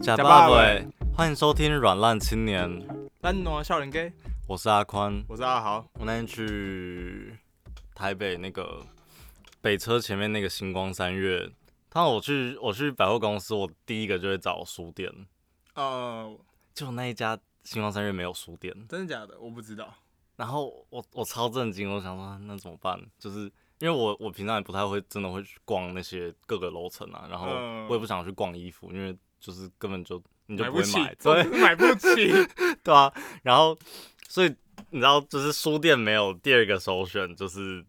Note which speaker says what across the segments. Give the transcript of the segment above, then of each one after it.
Speaker 1: 假
Speaker 2: 假
Speaker 1: 爸
Speaker 2: 爸
Speaker 1: 爸
Speaker 2: 喂，
Speaker 1: 欢迎收听《软烂青年》，
Speaker 2: 咱
Speaker 1: 啊
Speaker 2: 喏，笑人 gay，
Speaker 1: 我是阿宽。
Speaker 2: 我是阿豪。
Speaker 1: 我那天去台北那个北车前面那个星光三月，他我去我去百货公司，我第一个就会找书店，
Speaker 2: 呃，
Speaker 1: 就那一家星光三月没有书店，
Speaker 2: 真的假的？我不知道。
Speaker 1: 然后我我超震惊，我想说那怎么办？就是因为我我平常也不太会真的会去逛那些各个楼层啊，然后
Speaker 2: 嗯
Speaker 1: 我也不想去逛衣服，因为就是根本就你就
Speaker 2: 买
Speaker 1: 不
Speaker 2: 不
Speaker 1: 会
Speaker 2: 起
Speaker 1: 买，，
Speaker 2: 真的
Speaker 1: 对
Speaker 2: 是 买不起。
Speaker 1: 对啊，然后所以你知道，就是书店没有第二个首选，就是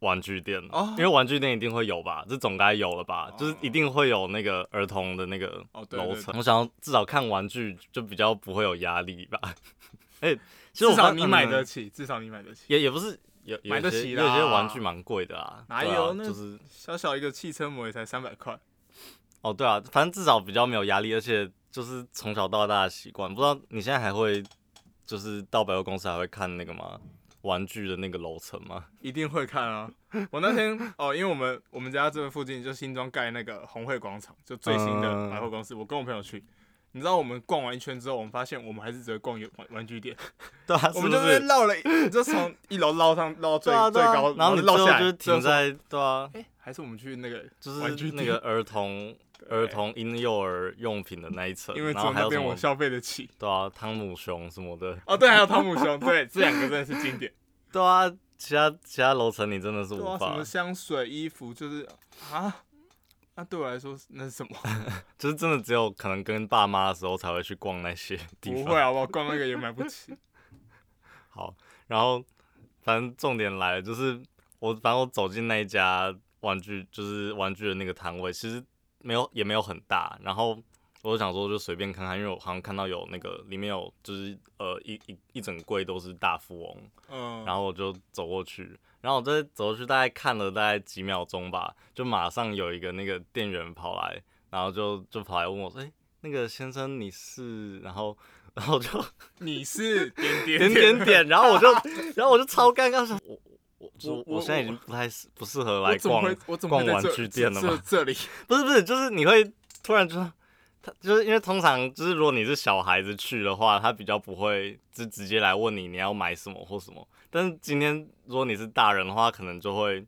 Speaker 1: 玩具店
Speaker 2: 哦
Speaker 1: 因为玩具店一定会有吧，这总该有了吧，就是
Speaker 2: 哦
Speaker 1: 一定会有那个儿童的那个
Speaker 2: 哦对对
Speaker 1: 楼
Speaker 2: 对
Speaker 1: 层。我想要至少看玩具就比较不会有压力吧。 哎、 其实我
Speaker 2: 至少
Speaker 1: 发
Speaker 2: 你买
Speaker 1: 嗯
Speaker 2: 得起，至少你买得起。
Speaker 1: 也也不是有有
Speaker 2: 买得
Speaker 1: 些
Speaker 2: 起
Speaker 1: 有些
Speaker 2: 啦
Speaker 1: 玩具蛮贵的啊，
Speaker 2: 哪
Speaker 1: 对啊
Speaker 2: 有那
Speaker 1: 就是
Speaker 2: 小小一个汽车膜也才三百块。
Speaker 1: 哦对啊，反正至少比较没有压力，而且就是从小到大的习惯。不知道你现在还会就是到百货公司还会看那个吗？玩具的那个楼层吗？
Speaker 2: 一定会看啊！我那天 哦，因为我们我们家这附近就新庄盖那个红会广场，就最新的
Speaker 1: 嗯
Speaker 2: 百货公司。我跟我朋友去，你知道我们逛完一圈之后，我们发现我们还是只会逛游玩玩具店，
Speaker 1: 对啊，是
Speaker 2: 我们
Speaker 1: 不
Speaker 2: 就是
Speaker 1: 是？
Speaker 2: 绕了一， 就从一楼绕上绕到最、
Speaker 1: 对啊，对
Speaker 2: 最
Speaker 1: 啊
Speaker 2: 高，
Speaker 1: 然后
Speaker 2: 就
Speaker 1: 你
Speaker 2: 绕
Speaker 1: 最后
Speaker 2: 下来，
Speaker 1: 就是停
Speaker 2: 最后说。
Speaker 1: 在对啊，
Speaker 2: 哎、还是我们去那个，玩具
Speaker 1: 就是那
Speaker 2: 店
Speaker 1: 个儿 童儿童婴幼儿用品的那一层，
Speaker 2: 因为只
Speaker 1: 然后
Speaker 2: 有
Speaker 1: 还
Speaker 2: 那
Speaker 1: 有什
Speaker 2: 边我
Speaker 1: 么
Speaker 2: 消费得起。
Speaker 1: 对啊，汤姆熊什么的，
Speaker 2: 哦，对，还有汤姆熊，对，这两个真的是经典。
Speaker 1: 对啊，其他其他楼层你真的是
Speaker 2: 对啊，
Speaker 1: 无
Speaker 2: 什
Speaker 1: 法
Speaker 2: 么，香水、衣服，就是啊，那对我来说是那是什么？
Speaker 1: 就是真的只有可能跟爸妈的时候才会去逛那些地
Speaker 2: 不
Speaker 1: 方。
Speaker 2: 会好不好？逛那个也买不起。
Speaker 1: 好，然后反正重点来了，就是我反正我走进那一家玩具，就是玩具的那个摊位，其实没有也没有很大，然后我就想说就随便看看，因为我好像看到有那个里面有就是呃一一一整柜都是大富翁，
Speaker 2: 嗯，
Speaker 1: 然后我就走过去，然后我再走过去，大概看了大概几秒钟吧，就马上有一个那个店员跑来，然后就就跑来问我说：“哎、那个先生你是？”然后然后就
Speaker 2: 你是点点
Speaker 1: 点点 点，然后我就然后我就超尴尬，说：“我我
Speaker 2: 我
Speaker 1: 我
Speaker 2: 我
Speaker 1: 我现在已经不太是不适合来
Speaker 2: 我怎么
Speaker 1: 逛，
Speaker 2: 会我怎么会
Speaker 1: 逛
Speaker 2: 在
Speaker 1: 玩
Speaker 2: 这
Speaker 1: 具店了
Speaker 2: 这
Speaker 1: 吗
Speaker 2: 这 里哎
Speaker 1: 不是不是，就是你会突然就。”他就是因为通常就是如果你是小孩子去的话，他比较不会就直接来问你你要买什么或什么。但是今天如果你是大人的话，可能就会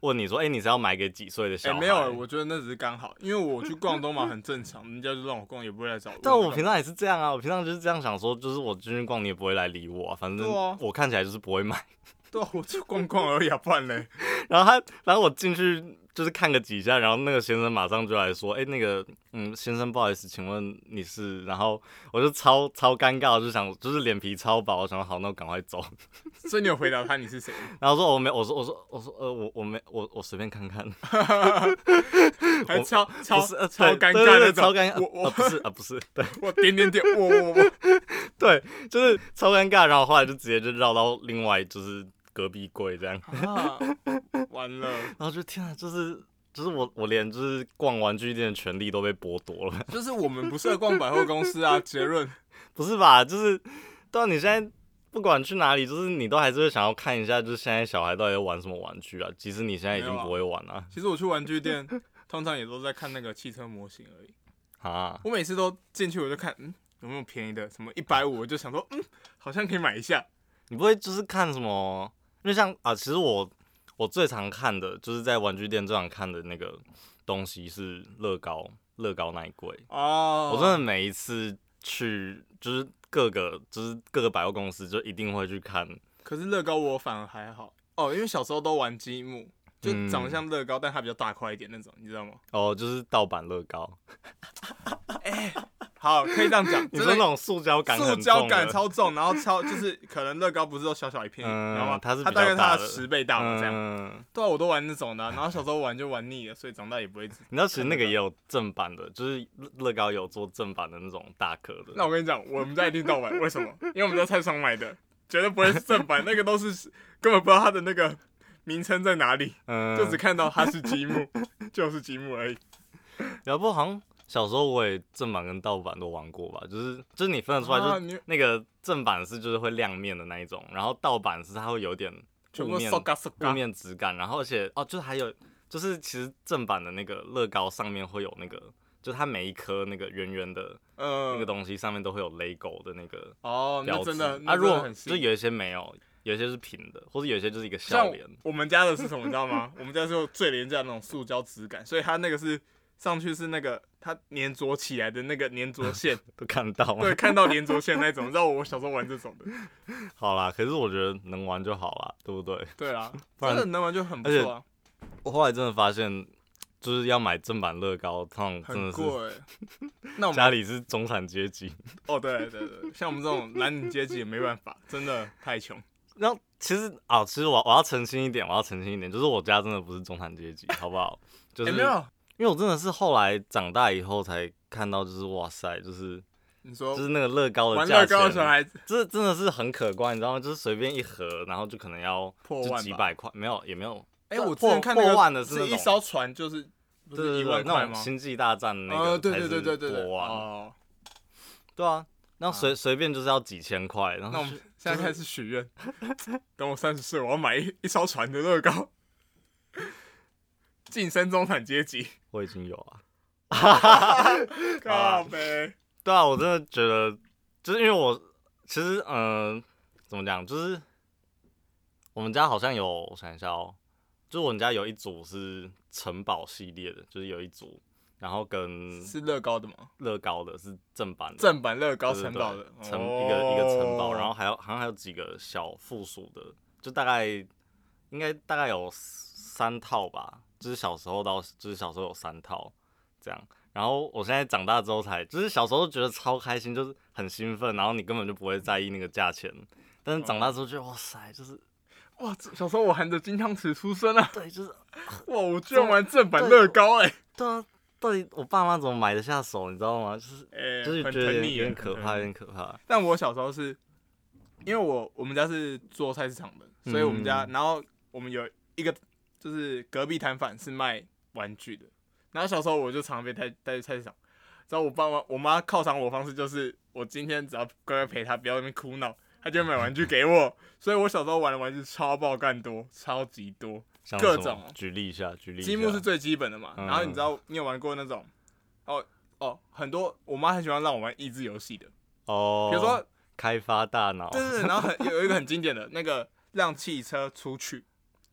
Speaker 1: 问你说：“哎、你是要买给几岁的
Speaker 2: 哎、
Speaker 1: 小孩？”
Speaker 2: 没有、我觉得那只是刚好，因为我去逛东马很正常，人家就让我逛，也不会来找我。
Speaker 1: 但我平常也是这样啊，我平常就是这样想说，就是我进去逛你也不会来理我、啊，反正
Speaker 2: 对啊
Speaker 1: 我看起来就是不会买。
Speaker 2: 对啊，我就逛逛而已、啊，不然嘞，
Speaker 1: 然后他，然后我进去就是看个几下，然后那个先生马上就来说：“哎、那个，嗯，先生，不好意思，请问你是？”然后我就超超尴尬，我就想就是脸皮超薄，我想说好，那我赶快走。
Speaker 2: 所以你有回答他你是谁？
Speaker 1: 然后说我没，我说我说我说呃，我我没我我随便看 看，
Speaker 2: 还超超
Speaker 1: 不是呃
Speaker 2: 超
Speaker 1: 对
Speaker 2: 尴
Speaker 1: 对对
Speaker 2: 尬那
Speaker 1: 对超
Speaker 2: 种。
Speaker 1: 尴尬，
Speaker 2: 我
Speaker 1: 呃不是啊、呃不是，对
Speaker 2: 我点点点，我我我
Speaker 1: 对，就是超尴尬。然后后来就直接就绕到另外就是隔壁柜这样，
Speaker 2: 我啊，完了，
Speaker 1: 然后就天啊，就是。就是我，我连就是逛玩具店的权利都被剥夺了。
Speaker 2: 就是我们不适合逛百货公司啊。 结论，
Speaker 1: 不是吧？就是到你现在不管去哪里，就是你都还是会想要看一下，就是现在小孩到底在玩什么玩具啊？即使你现在已经不会玩了
Speaker 2: 其实我去玩具店，通常也都在看那个汽车模型而已。
Speaker 1: 啊，
Speaker 2: 我每次都进去我就看，嗯，有没有便宜的？什么一百五，我就想说，嗯，好像可以买一下。
Speaker 1: 你不会就是看什么？因为像啊，其实我我最常看的就是在玩具店最常看的那个东西是乐高，乐高那一柜。
Speaker 2: 哦
Speaker 1: 我真的每一次去就是各个就是各个百货公司就一定会去看，
Speaker 2: 可是乐高我反而还好哦，因为小时候都玩积木，就
Speaker 1: 嗯
Speaker 2: 长得像乐高，但它比较大块一点那种，你知道吗？
Speaker 1: 哦，就是盗版乐高，
Speaker 2: 好，可以这样讲，
Speaker 1: 你
Speaker 2: 真
Speaker 1: 说
Speaker 2: 的
Speaker 1: 那种塑胶感
Speaker 2: 塑
Speaker 1: 很
Speaker 2: 胶
Speaker 1: 重
Speaker 2: 感
Speaker 1: 的
Speaker 2: 超重，然后超就是可能乐高不是都小小一片，
Speaker 1: 嗯
Speaker 2: 然后
Speaker 1: 它是
Speaker 2: 它
Speaker 1: 比
Speaker 2: 大
Speaker 1: 较
Speaker 2: 概它
Speaker 1: 大
Speaker 2: 的
Speaker 1: 的
Speaker 2: 十倍大嘛这样。
Speaker 1: 嗯
Speaker 2: 对啊，我都玩那种的啊，然后小时候玩就玩腻了，所以长大也不会。
Speaker 1: 你知道，其实那个
Speaker 2: 看得到
Speaker 1: 也有正版的，就是乐乐高有做正版的那种大壳的。
Speaker 2: 那我跟你讲，我们家一定盗版，为 什么？因为我们在菜市场买的，绝对不会是正版，那个都是根本不知道它的那个名称在哪里，
Speaker 1: 嗯，
Speaker 2: 就只看到它是 积木，就是积木而已。
Speaker 1: 要不好像小时候我也正版跟盗版都玩过吧，就是就是你分得出来，
Speaker 2: 啊
Speaker 1: 就
Speaker 2: 你
Speaker 1: 是那个正版是就是会亮面的那一种，然后盗版是它会有点
Speaker 2: 全
Speaker 1: 雾
Speaker 2: 部
Speaker 1: 面
Speaker 2: 塑嘎塑
Speaker 1: 雾
Speaker 2: 嘎，
Speaker 1: 面质感，然后而且哦，就是还有就是其实正版的那个乐高上面会有那个就它每一颗那个圆圆的那个
Speaker 2: 嗯，
Speaker 1: 东西上面都会有 LEGO 的那个
Speaker 2: 哦，
Speaker 1: 标
Speaker 2: 那
Speaker 1: 志。
Speaker 2: 真的，
Speaker 1: 啊，
Speaker 2: 那
Speaker 1: 如
Speaker 2: 真的
Speaker 1: 果
Speaker 2: 很
Speaker 1: 就
Speaker 2: 细。
Speaker 1: 有一些没有，有一些是平的，或者有一些就是一个
Speaker 2: 像
Speaker 1: 笑
Speaker 2: 我
Speaker 1: 脸。
Speaker 2: 我们家的是什么，你知 道吗？我们家是有最廉价的那种塑胶质感，所以它那个是上去是那个它粘着起来的那个粘着线，
Speaker 1: 都看到吗
Speaker 2: 对，？看到粘着线那种，你知道我小时候玩这种的。
Speaker 1: 好啦，可是我觉得能玩就好啦，对不对？
Speaker 2: 对啦，
Speaker 1: 不然
Speaker 2: 真的能玩就很不错啊，
Speaker 1: 我后来真的发现，就是要买正版乐高，通常真
Speaker 2: 很
Speaker 1: 的是
Speaker 2: 贵。那我们
Speaker 1: 家里是中产阶级。
Speaker 2: 哦，对对对，像我们这种蓝领阶级也没办法， 真的太穷。
Speaker 1: 然后其实啊，其实我我要澄清一点，我要澄清一点，就是我家真的不是中产阶级，好不好？就
Speaker 2: 有
Speaker 1: 是
Speaker 2: 哎没有？
Speaker 1: 因为我真的是后来长大以后才看到，就是哇塞，就是
Speaker 2: 你说
Speaker 1: 就是那个乐高的
Speaker 2: 玩
Speaker 1: 价
Speaker 2: 乐高的小
Speaker 1: 钱，
Speaker 2: 孩子
Speaker 1: 这真的是很可观，你知道吗？就是随便一盒，然后就可能要
Speaker 2: 破
Speaker 1: 就
Speaker 2: 万
Speaker 1: 几
Speaker 2: 吧？
Speaker 1: 百块，没有也没有，
Speaker 2: 哎、
Speaker 1: 破
Speaker 2: 我之前看那
Speaker 1: 破万
Speaker 2: 个
Speaker 1: 的是那种
Speaker 2: 一艘船就是不
Speaker 1: 对
Speaker 2: 是
Speaker 1: 对
Speaker 2: 一
Speaker 1: 对，
Speaker 2: 万块
Speaker 1: 那种
Speaker 2: 吗？
Speaker 1: 星际大战的那个
Speaker 2: 呃，对
Speaker 1: 才
Speaker 2: 对
Speaker 1: 是
Speaker 2: 对对对对，
Speaker 1: 破万
Speaker 2: 哦，
Speaker 1: 对啊，那随随便就是要几千块，然后
Speaker 2: 那我们现在开始 许愿，等我三十岁，我要买一一艘船的乐高， 晋升中产阶级，
Speaker 1: 我已经有啊。
Speaker 2: 靠呗，
Speaker 1: 对啊，我真的觉得，就是因为我其实嗯、呃怎么讲，就是我们家好像有，我想一下哦，就是我们家有一组是城堡系列的，就是有一组，然后跟
Speaker 2: 是乐高的吗？
Speaker 1: 乐高的是正版的，
Speaker 2: 正版乐高
Speaker 1: 对对
Speaker 2: 城
Speaker 1: 对
Speaker 2: 堡的，
Speaker 1: 城
Speaker 2: 哦
Speaker 1: 一个一个城堡，然后还有好像还有几个小附属的，就大概应该大概有三套吧，就是小时候到就是小时候有三套这样。然后我现在长大之后才，就是小时候觉得超开心，就是很兴奋，然后你根本就不会在意那个价钱。但是长大之后觉得哇塞，就是
Speaker 2: 哇，这小时候我含着金汤匙出生啊！
Speaker 1: 对，就是
Speaker 2: 哇，我居然玩正版乐高哎、
Speaker 1: 对啊，到底我爸妈怎么买得下手，你知道吗？就是
Speaker 2: 欸，哎、
Speaker 1: 就是
Speaker 2: 很
Speaker 1: 觉得有点
Speaker 2: 疼你
Speaker 1: 有
Speaker 2: 耶，
Speaker 1: 点
Speaker 2: 很
Speaker 1: 可
Speaker 2: 疼
Speaker 1: 怕，有点
Speaker 2: 你
Speaker 1: 可怕。
Speaker 2: 但我小时候是，因为我我们家是做菜市场的，所以我们家，
Speaker 1: 嗯
Speaker 2: 然后我们有一个就是隔壁摊贩是卖玩具的，然后小时候我就常被带带去菜市场，然后我爸妈我妈犒赏我的方式就是，我今天只要乖乖陪她，不要在那边哭闹，她就会买玩具给我，所以我小时候玩的玩具超爆干多，超级多，
Speaker 1: 像
Speaker 2: 各
Speaker 1: 什么
Speaker 2: 种
Speaker 1: 举例一下，举例一下。
Speaker 2: 积木是最基本的嘛，
Speaker 1: 嗯
Speaker 2: 然后你知道你有玩过那种，哦哦，很多我妈很喜欢让我玩益智游戏的，
Speaker 1: 哦，
Speaker 2: 比如说。
Speaker 1: 开发大脑。
Speaker 2: 对对，对，然后很有一个很经典的那个让汽车出去，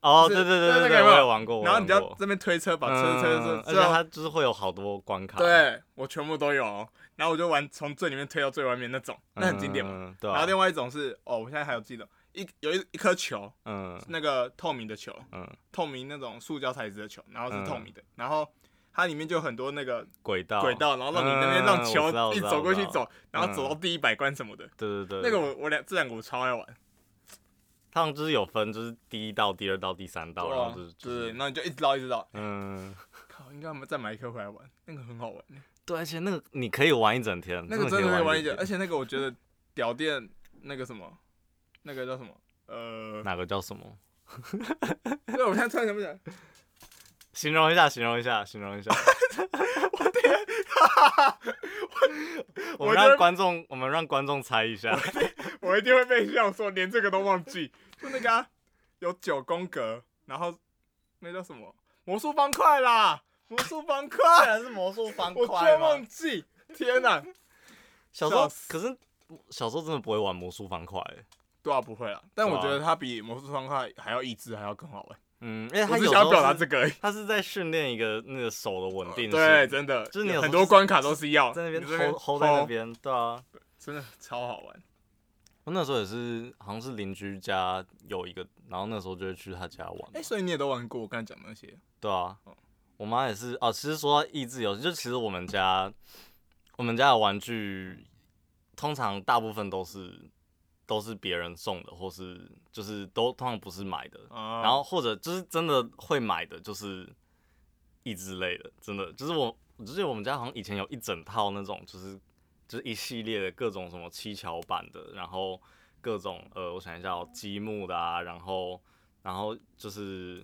Speaker 1: 哦，
Speaker 2: 就
Speaker 1: 对
Speaker 2: 是
Speaker 1: 对
Speaker 2: 对那
Speaker 1: 对
Speaker 2: 个
Speaker 1: 对，
Speaker 2: 有没
Speaker 1: 我
Speaker 2: 有
Speaker 1: 也玩过。我
Speaker 2: 然后你就
Speaker 1: 玩
Speaker 2: 要
Speaker 1: 过
Speaker 2: 这边推车把车
Speaker 1: 哦
Speaker 2: 车
Speaker 1: 嗯
Speaker 2: 车
Speaker 1: 而
Speaker 2: 车
Speaker 1: 且
Speaker 2: 后，
Speaker 1: 它就是会有好多关卡。
Speaker 2: 对我全部都有哦，然后我就玩从最里面推到最外面那种，
Speaker 1: 嗯，
Speaker 2: 那很经典嘛。
Speaker 1: 嘛。对啊。
Speaker 2: 然后另外一种是哦，我现在还有记得一有一一颗球，
Speaker 1: 嗯
Speaker 2: 那个透明的球，
Speaker 1: 嗯，
Speaker 2: 透明那种塑胶材质的球，然后是透
Speaker 1: 嗯
Speaker 2: 明的，然后它里面就有很多那个
Speaker 1: 轨道
Speaker 2: 轨。道，然后让你那边
Speaker 1: 嗯
Speaker 2: 让
Speaker 1: 我知道
Speaker 2: 球
Speaker 1: 我
Speaker 2: 一
Speaker 1: 知道
Speaker 2: 走过去
Speaker 1: 我知道
Speaker 2: 走，然后走到第一百关什么的。
Speaker 1: 对对对，
Speaker 2: 那个我我两这两个我超爱玩，
Speaker 1: 它好像就是有分，就是第一道、第二道、第三道，然后就是就
Speaker 2: 对啊
Speaker 1: 是
Speaker 2: 对，然后你就一直绕一直绕，
Speaker 1: 嗯，
Speaker 2: 靠，应该我们再买一颗回来玩，那个很好玩，
Speaker 1: 对，而且那个 你可以玩一整天，
Speaker 2: 那个真的可以玩一
Speaker 1: 整
Speaker 2: 整，而
Speaker 1: 天。
Speaker 2: 且那个我觉得屌店那个什么，那个叫什么？呃，
Speaker 1: 哪个叫什么？
Speaker 2: 对，我现在突然想不起来，
Speaker 1: 形容一下，形容一下，形 容一下。 我
Speaker 2: 我
Speaker 1: 们
Speaker 2: 觉得
Speaker 1: 让观众，我们让观众猜一下。
Speaker 2: 我一定会被笑说连这个都忘记，就那个、啊、有九宫格，然后那叫什么魔术方块啦，魔术 方块，
Speaker 1: 然是魔术方
Speaker 2: 我居然忘记，天哪、
Speaker 1: 小时候
Speaker 2: 笑，死
Speaker 1: 可是小时候真的不会玩魔术方块、欸。
Speaker 2: 对啊，不会啦，但我
Speaker 1: 对啊
Speaker 2: 觉得它比魔术方块还要益智，还要更好玩。
Speaker 1: 嗯，因为
Speaker 2: 我
Speaker 1: 他有
Speaker 2: 只
Speaker 1: 时
Speaker 2: 想要
Speaker 1: 候
Speaker 2: 表达
Speaker 1: 是
Speaker 2: 这个而已。
Speaker 1: 他是在训练一个那个手的稳定性，
Speaker 2: 呃对，真的，
Speaker 1: 就是你有时候
Speaker 2: 很多关卡都是要
Speaker 1: 在那边
Speaker 2: 你
Speaker 1: hold hold 在那边，对啊。
Speaker 2: 真的超好玩。
Speaker 1: 我那时候也是，好像是邻居家有一个，然后那时候就会去他家玩
Speaker 2: 哎、，所以你也都玩过我刚才讲的那些，
Speaker 1: 对啊
Speaker 2: 哦。
Speaker 1: 我妈也是哦，其实说到益智游戏，就其实我们家我们家的玩具通常大部分都是都是别人送的，或是就是都通常不是买的，
Speaker 2: 啊
Speaker 1: 然后或者就是真的会买的，就是益智类的，真的就是我，就是我们家好像以前有一整套那种，就是就是一系列的各种什么七巧板的，然后各种呃，我想一下、哦，积木的啊，然后然后就是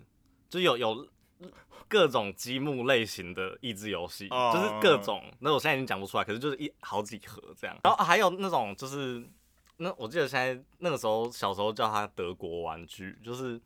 Speaker 1: 就有有各种积木类型的益智游戏，
Speaker 2: 哦
Speaker 1: 就是各种，那我现在已经讲不出来，可是就是一好几盒这样，然后还有那种就是。那我记得现在那个时候小时候叫它德国玩具，就是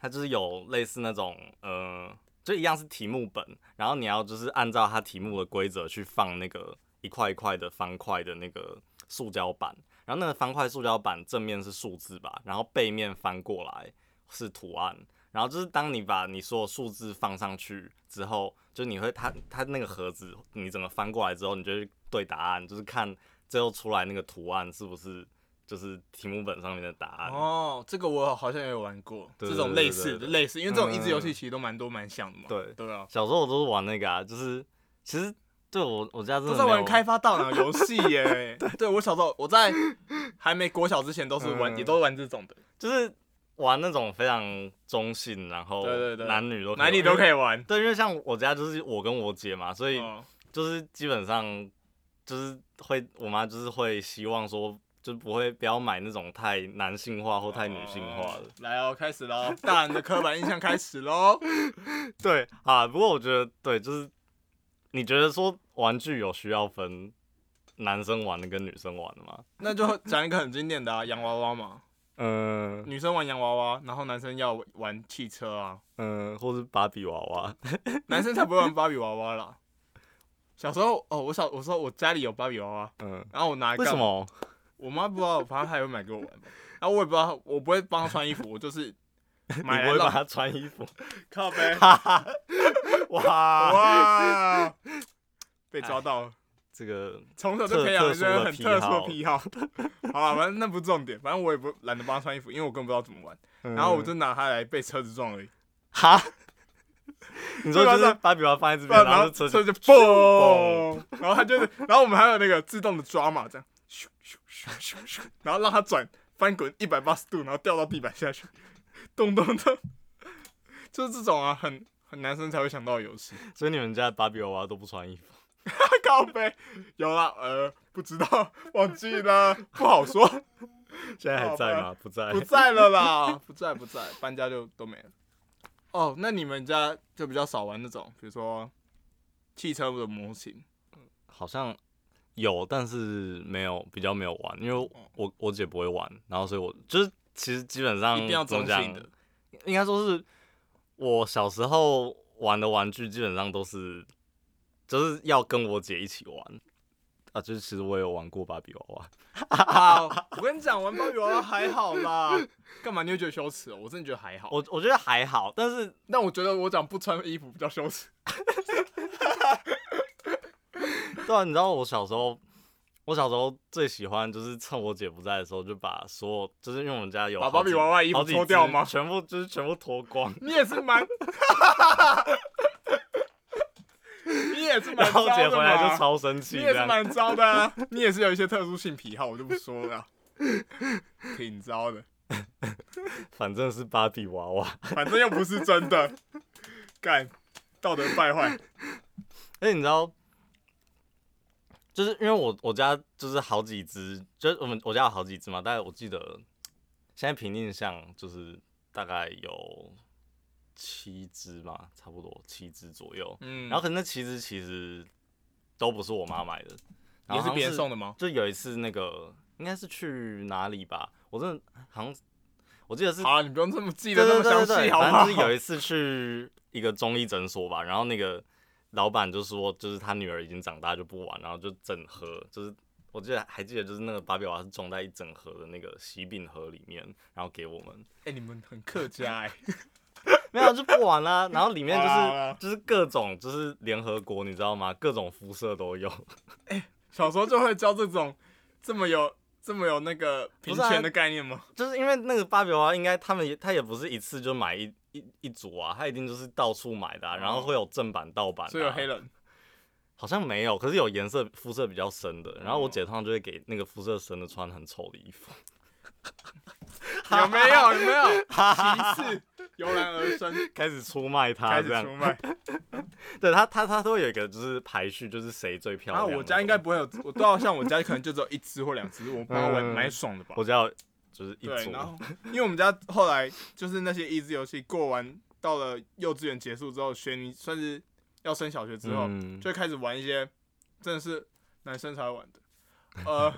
Speaker 1: 它就是有类似那种呃，就一样是题目本，然后你要就是按照它题目的规则去放那个一块一块的方块的那个塑胶板，然后那个方块塑胶板正面是数字吧，然后背面翻过来是图案，然后就是当你把你所有数字放上去之后，就你会它它那个盒子你整个翻过来之后，你就去对答案，就是看最后出来那个图案是不是就是题目本上面的答案。
Speaker 2: 哦，这个我好像也有玩过，
Speaker 1: 对
Speaker 2: 这种类似
Speaker 1: 对对对对
Speaker 2: 类似，因为这种益智游
Speaker 1: 嗯
Speaker 2: 戏其实都蛮多蛮像的嘛。
Speaker 1: 对
Speaker 2: 对啊，
Speaker 1: 小时候我都是玩那个啊，就是其实对我我家真
Speaker 2: 都
Speaker 1: 的
Speaker 2: 在
Speaker 1: 没
Speaker 2: 玩
Speaker 1: 有
Speaker 2: 开发大脑游戏耶。 对，我小时候我在还没国小之前都是玩，
Speaker 1: 嗯
Speaker 2: 也都玩这种的，
Speaker 1: 就是玩那种非常中性，然后
Speaker 2: 对对对
Speaker 1: 男女都
Speaker 2: 哪里都可
Speaker 1: 以玩。
Speaker 2: 以玩。
Speaker 1: 对，因为像我家就是我跟我姐嘛，所以
Speaker 2: 哦
Speaker 1: 就是基本上就是会我妈就是会希望说，就不会不要买那种太男性化或太女性化的
Speaker 2: 哦。来哦，开始喽，大人的刻板印象开 始喽。
Speaker 1: 对啊，不过我觉得对，就是你觉得说玩具有需要分男生玩的跟女生玩的吗？
Speaker 2: 那就讲一个很经典的啊，洋娃娃嘛，
Speaker 1: 嗯
Speaker 2: 女生玩洋娃娃，然后男生要玩汽车啊，
Speaker 1: 嗯，或是芭比娃 娃，
Speaker 2: 男生才不会玩芭比娃娃啦。小时候哦，我小我说我家里有芭比娃娃，
Speaker 1: 嗯，
Speaker 2: 然后我拿来
Speaker 1: 为
Speaker 2: 干
Speaker 1: 什
Speaker 2: 嘛
Speaker 1: 么？
Speaker 2: 我妈不知道，反正她也会买给我玩 吧。然后我也不知道，我不会帮她穿衣服，我就是
Speaker 1: 你
Speaker 2: 买来
Speaker 1: 不会
Speaker 2: 让
Speaker 1: 把它穿衣服？
Speaker 2: 靠背。
Speaker 1: 哇，
Speaker 2: 哇，被抓到了，
Speaker 1: 这个
Speaker 2: 从小就培养了这个很特殊的癖好。好 了，反正那不是重点，反正我也不懒得帮她穿衣服，因为我根本不知道怎么玩。
Speaker 1: 呃
Speaker 2: 然后我就拿它来被车子撞而已，
Speaker 1: 哈， 你说
Speaker 2: 对吧
Speaker 1: 就是芭比娃娃放在这边，
Speaker 2: 然
Speaker 1: 啊然
Speaker 2: 后
Speaker 1: 后车
Speaker 2: 车
Speaker 1: 子
Speaker 2: 就嘣，然后它就是，然后我们还有那个自动的抓嘛，这样咻咻咻咻咻，然后让它转翻滚一百八十度，然后掉到地板下去，咚咚咚， 就是这种啊，很很男生才会想到的游戏。
Speaker 1: 所以你们家的芭比娃娃都不穿衣服。
Speaker 2: 靠背有啦，呃，不知道，忘记了，不好说，
Speaker 1: 现在还在吗？哦不在
Speaker 2: 不。在 了啦，不在不在，搬家就都没了。哦，那你们家就比较少玩那种，比如说汽车的模型，
Speaker 1: 好像有，但是没有，比较没有玩，因为
Speaker 2: 嗯
Speaker 1: 我我姐不会玩，然后所以我就是其实基本上
Speaker 2: 一定要
Speaker 1: 嗯怎么
Speaker 2: 中
Speaker 1: 讲
Speaker 2: 性的，
Speaker 1: 应该说是我小时候玩的玩具基本上都是就是要跟我姐一起玩啊，就是其实我有玩过芭比娃娃，
Speaker 2: 啊，我跟你讲，玩芭比娃娃哦 还好啦，干嘛你会觉得羞耻哦？我真的觉得还 好。
Speaker 1: 我我觉得还好，但是
Speaker 2: 但我觉得我讲不穿衣服比较羞耻。
Speaker 1: 对啊，你知道我小时候，我小时候最喜欢就是趁我姐不在的时候，就把所有就是因为我们家有
Speaker 2: 把
Speaker 1: 好
Speaker 2: 芭比
Speaker 1: 几
Speaker 2: 娃娃衣服
Speaker 1: 好几
Speaker 2: 脱掉
Speaker 1: 只
Speaker 2: 吗
Speaker 1: 全部就是全部脱光，
Speaker 2: 你也 是蛮，你也是 蛮
Speaker 1: 然后
Speaker 2: 糟
Speaker 1: 我姐
Speaker 2: 的
Speaker 1: 回
Speaker 2: 嘛。
Speaker 1: 来就超生气
Speaker 2: 你
Speaker 1: 这
Speaker 2: 也是
Speaker 1: 样。
Speaker 2: 蛮糟的啊，你也是有一些特殊性癖好，我就不说了啊，挺糟的，
Speaker 1: 反正是芭比娃娃，
Speaker 2: 反正又不是真 的，干道德败坏，
Speaker 1: 而且哎你知道，就是因为我我家就是好几只，就是我们我家有好几只嘛，大概我记得现在凭印象就是大概有七只吧，差不多七只左右。
Speaker 2: 嗯
Speaker 1: 然后可是那其实其实都不是我妈买的，然后
Speaker 2: 也是
Speaker 1: 好像
Speaker 2: 别人送的吗？
Speaker 1: 就有一次那个应该是去哪里吧，我真的好像我记得是
Speaker 2: 好啊，你不用这么记
Speaker 1: 对
Speaker 2: 得那
Speaker 1: 对
Speaker 2: 么
Speaker 1: 对
Speaker 2: 详
Speaker 1: 对，
Speaker 2: 细，好不
Speaker 1: 反正
Speaker 2: 好？
Speaker 1: 就是有一次去一个中医诊所吧，然后那个老板就说，就是他女儿已经长大就不玩，然后就整盒，就是我记得还记得就是那个芭比娃娃是装在一整盒的那个喜饼盒里面，然后给我们，
Speaker 2: 哎，你们很客家哎，
Speaker 1: 没有就不玩啦、然后里面就
Speaker 2: 好啊啦好啦
Speaker 1: 是就是各种就是联合国，你知道吗？各种肤色都有。
Speaker 2: 小时候就会教这种这么有这么有那个平
Speaker 1: 不是啊
Speaker 2: 权的概念吗？
Speaker 1: 就是因为那个芭比娃娃，应该他们也他也不是一次就买一一一组啊，他一定就是到处买的啊、然后会有正版盗版、啊，
Speaker 2: 哦所以有 黑人，
Speaker 1: 好像没有，可是有颜色肤色比较深的，然后
Speaker 2: 嗯
Speaker 1: 我姐通常就会给那个肤色深的穿很丑的衣服，
Speaker 2: 有没有？有没有歧视由然而 生，
Speaker 1: 开始出卖她
Speaker 2: 开始
Speaker 1: 这样
Speaker 2: 出。卖。
Speaker 1: 对她她她都会有一个就是排序，就是谁最 漂
Speaker 2: 然后
Speaker 1: 亮。
Speaker 2: 啊我家应该，不会有，我到像我家可能就只有一只或两只，我帮
Speaker 1: 嗯
Speaker 2: 我玩蛮爽的吧。
Speaker 1: 我家有就是一
Speaker 2: 对，
Speaker 1: 组，
Speaker 2: 然后因为我们家后来就是那些益智游戏过完，到了幼稚园结束之后，学你算是要升小学之后，
Speaker 1: 嗯
Speaker 2: 就会开始玩一些真的是男生才会玩 的。呃，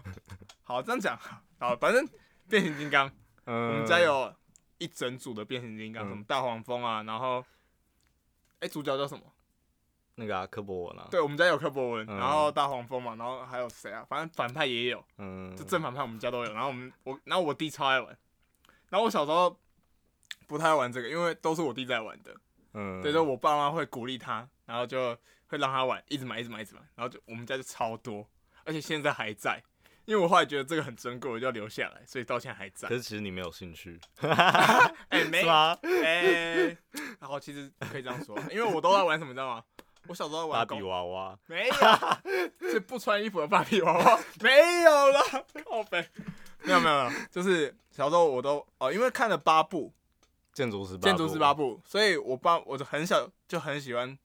Speaker 2: 好，这样讲好，反正变形金刚，
Speaker 1: 嗯
Speaker 2: 我们家有一整组的变形金刚，
Speaker 1: 嗯
Speaker 2: 什么大黄蜂啊，然后哎、主角叫什么？
Speaker 1: 那个啊，柯博文啊，，
Speaker 2: 对，我们家有柯博文，
Speaker 1: 嗯
Speaker 2: 然后大黄蜂嘛，然后还有谁啊？反正反派也有，
Speaker 1: 嗯，
Speaker 2: 就正反派我们家都有。然后我们我，然后我弟超爱玩，然后我小时候不太爱玩这个，因为都是我弟在玩的，
Speaker 1: 嗯，
Speaker 2: 所以说我爸妈会鼓励他，然后就会让他玩，一直买，一直买，一直买，然后就我们家就超多，而且现在还在。因为我后来觉得这个很珍贵，我就要留下来，所以到现在还在
Speaker 1: 可。是其实你没有兴趣，
Speaker 2: 哎、没
Speaker 1: 是吗？
Speaker 2: 哎、然后其实可以这样说，因为我都在玩什么，你知道吗？我小时候在玩
Speaker 1: 芭
Speaker 2: 狗
Speaker 1: 比娃娃，
Speaker 2: 没有， 是不穿衣服的芭比娃娃， 没有啦，靠背，没有没有，没有就是小时候我都哦，因为看了八部
Speaker 1: 建筑师
Speaker 2: 《
Speaker 1: 巴
Speaker 2: 建筑师八
Speaker 1: 布，
Speaker 2: 部》，所以我爸我就很小就很喜欢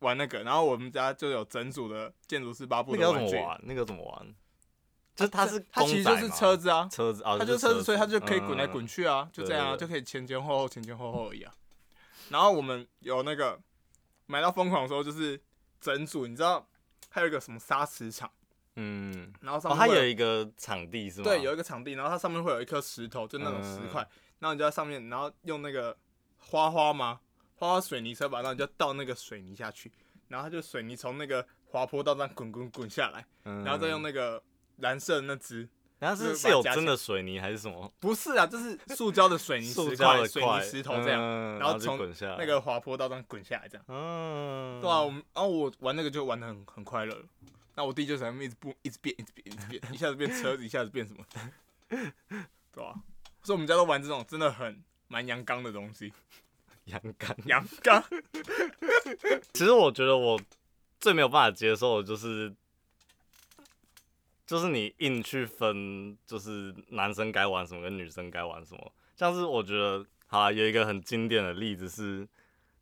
Speaker 2: 玩那个，然后我们家就有整组的《建筑师八部
Speaker 1: 那》个
Speaker 2: 的
Speaker 1: 要
Speaker 2: 玩
Speaker 1: 怎
Speaker 2: 具
Speaker 1: 么，玩？那个要怎么玩？就是它是
Speaker 2: 啊它其
Speaker 1: 公
Speaker 2: 实就
Speaker 1: 仔
Speaker 2: 是
Speaker 1: 嘛
Speaker 2: 车子啊，
Speaker 1: 车子哦，嗯
Speaker 2: 它就是车子，所以它就可以滚来滚
Speaker 1: 去，
Speaker 2: 去啊，就这样啊，
Speaker 1: 对对对
Speaker 2: 就可以前前后后前前后后而已啊。然后我们有那个买到疯狂的时候，就是整组，你知道还有一个什么沙石场，
Speaker 1: 嗯，
Speaker 2: 然后上
Speaker 1: 哦，
Speaker 2: 面
Speaker 1: 它
Speaker 2: 会
Speaker 1: 有一个场地是吗？
Speaker 2: 对，有一个场地，然后它上面会有一颗石头，就那种石块，
Speaker 1: 嗯
Speaker 2: 然后你就在上面，然后用那个花花吗？花花水泥车吧，然后你就倒那个水泥下去，然后它就水泥从那个滑坡道上滚滚滚下来，
Speaker 1: 嗯，
Speaker 2: 然后再用那个蓝色的那只，
Speaker 1: 然后
Speaker 2: 就是是
Speaker 1: 是
Speaker 2: 把它
Speaker 1: 有
Speaker 2: 夹起
Speaker 1: 真的水泥还是什么？
Speaker 2: 不是啊，就是塑胶的水泥
Speaker 1: 塑
Speaker 2: 石
Speaker 1: 胶
Speaker 2: 块、
Speaker 1: 的
Speaker 2: 水泥石头这样，
Speaker 1: 嗯
Speaker 2: 然
Speaker 1: 然
Speaker 2: 后
Speaker 1: 就
Speaker 2: 从
Speaker 1: 滚下来
Speaker 2: 那个滑坡道上滚下来这样。
Speaker 1: 嗯，
Speaker 2: 对 啊，我们然后我玩那个就玩的很很快乐了。那我弟就在那边一直不一直变，一直变，一直变，一下子变车子，一下子变什么，对吧、所以我们家都玩这种真的很蛮阳刚的东西，
Speaker 1: 阳刚。
Speaker 2: 阳刚。
Speaker 1: 其实我觉得我最没有办法接受的就是，就是你硬去分，就是男生该玩什么跟女生该玩什么。像是我觉得，好啊，有一个很经典的例子是，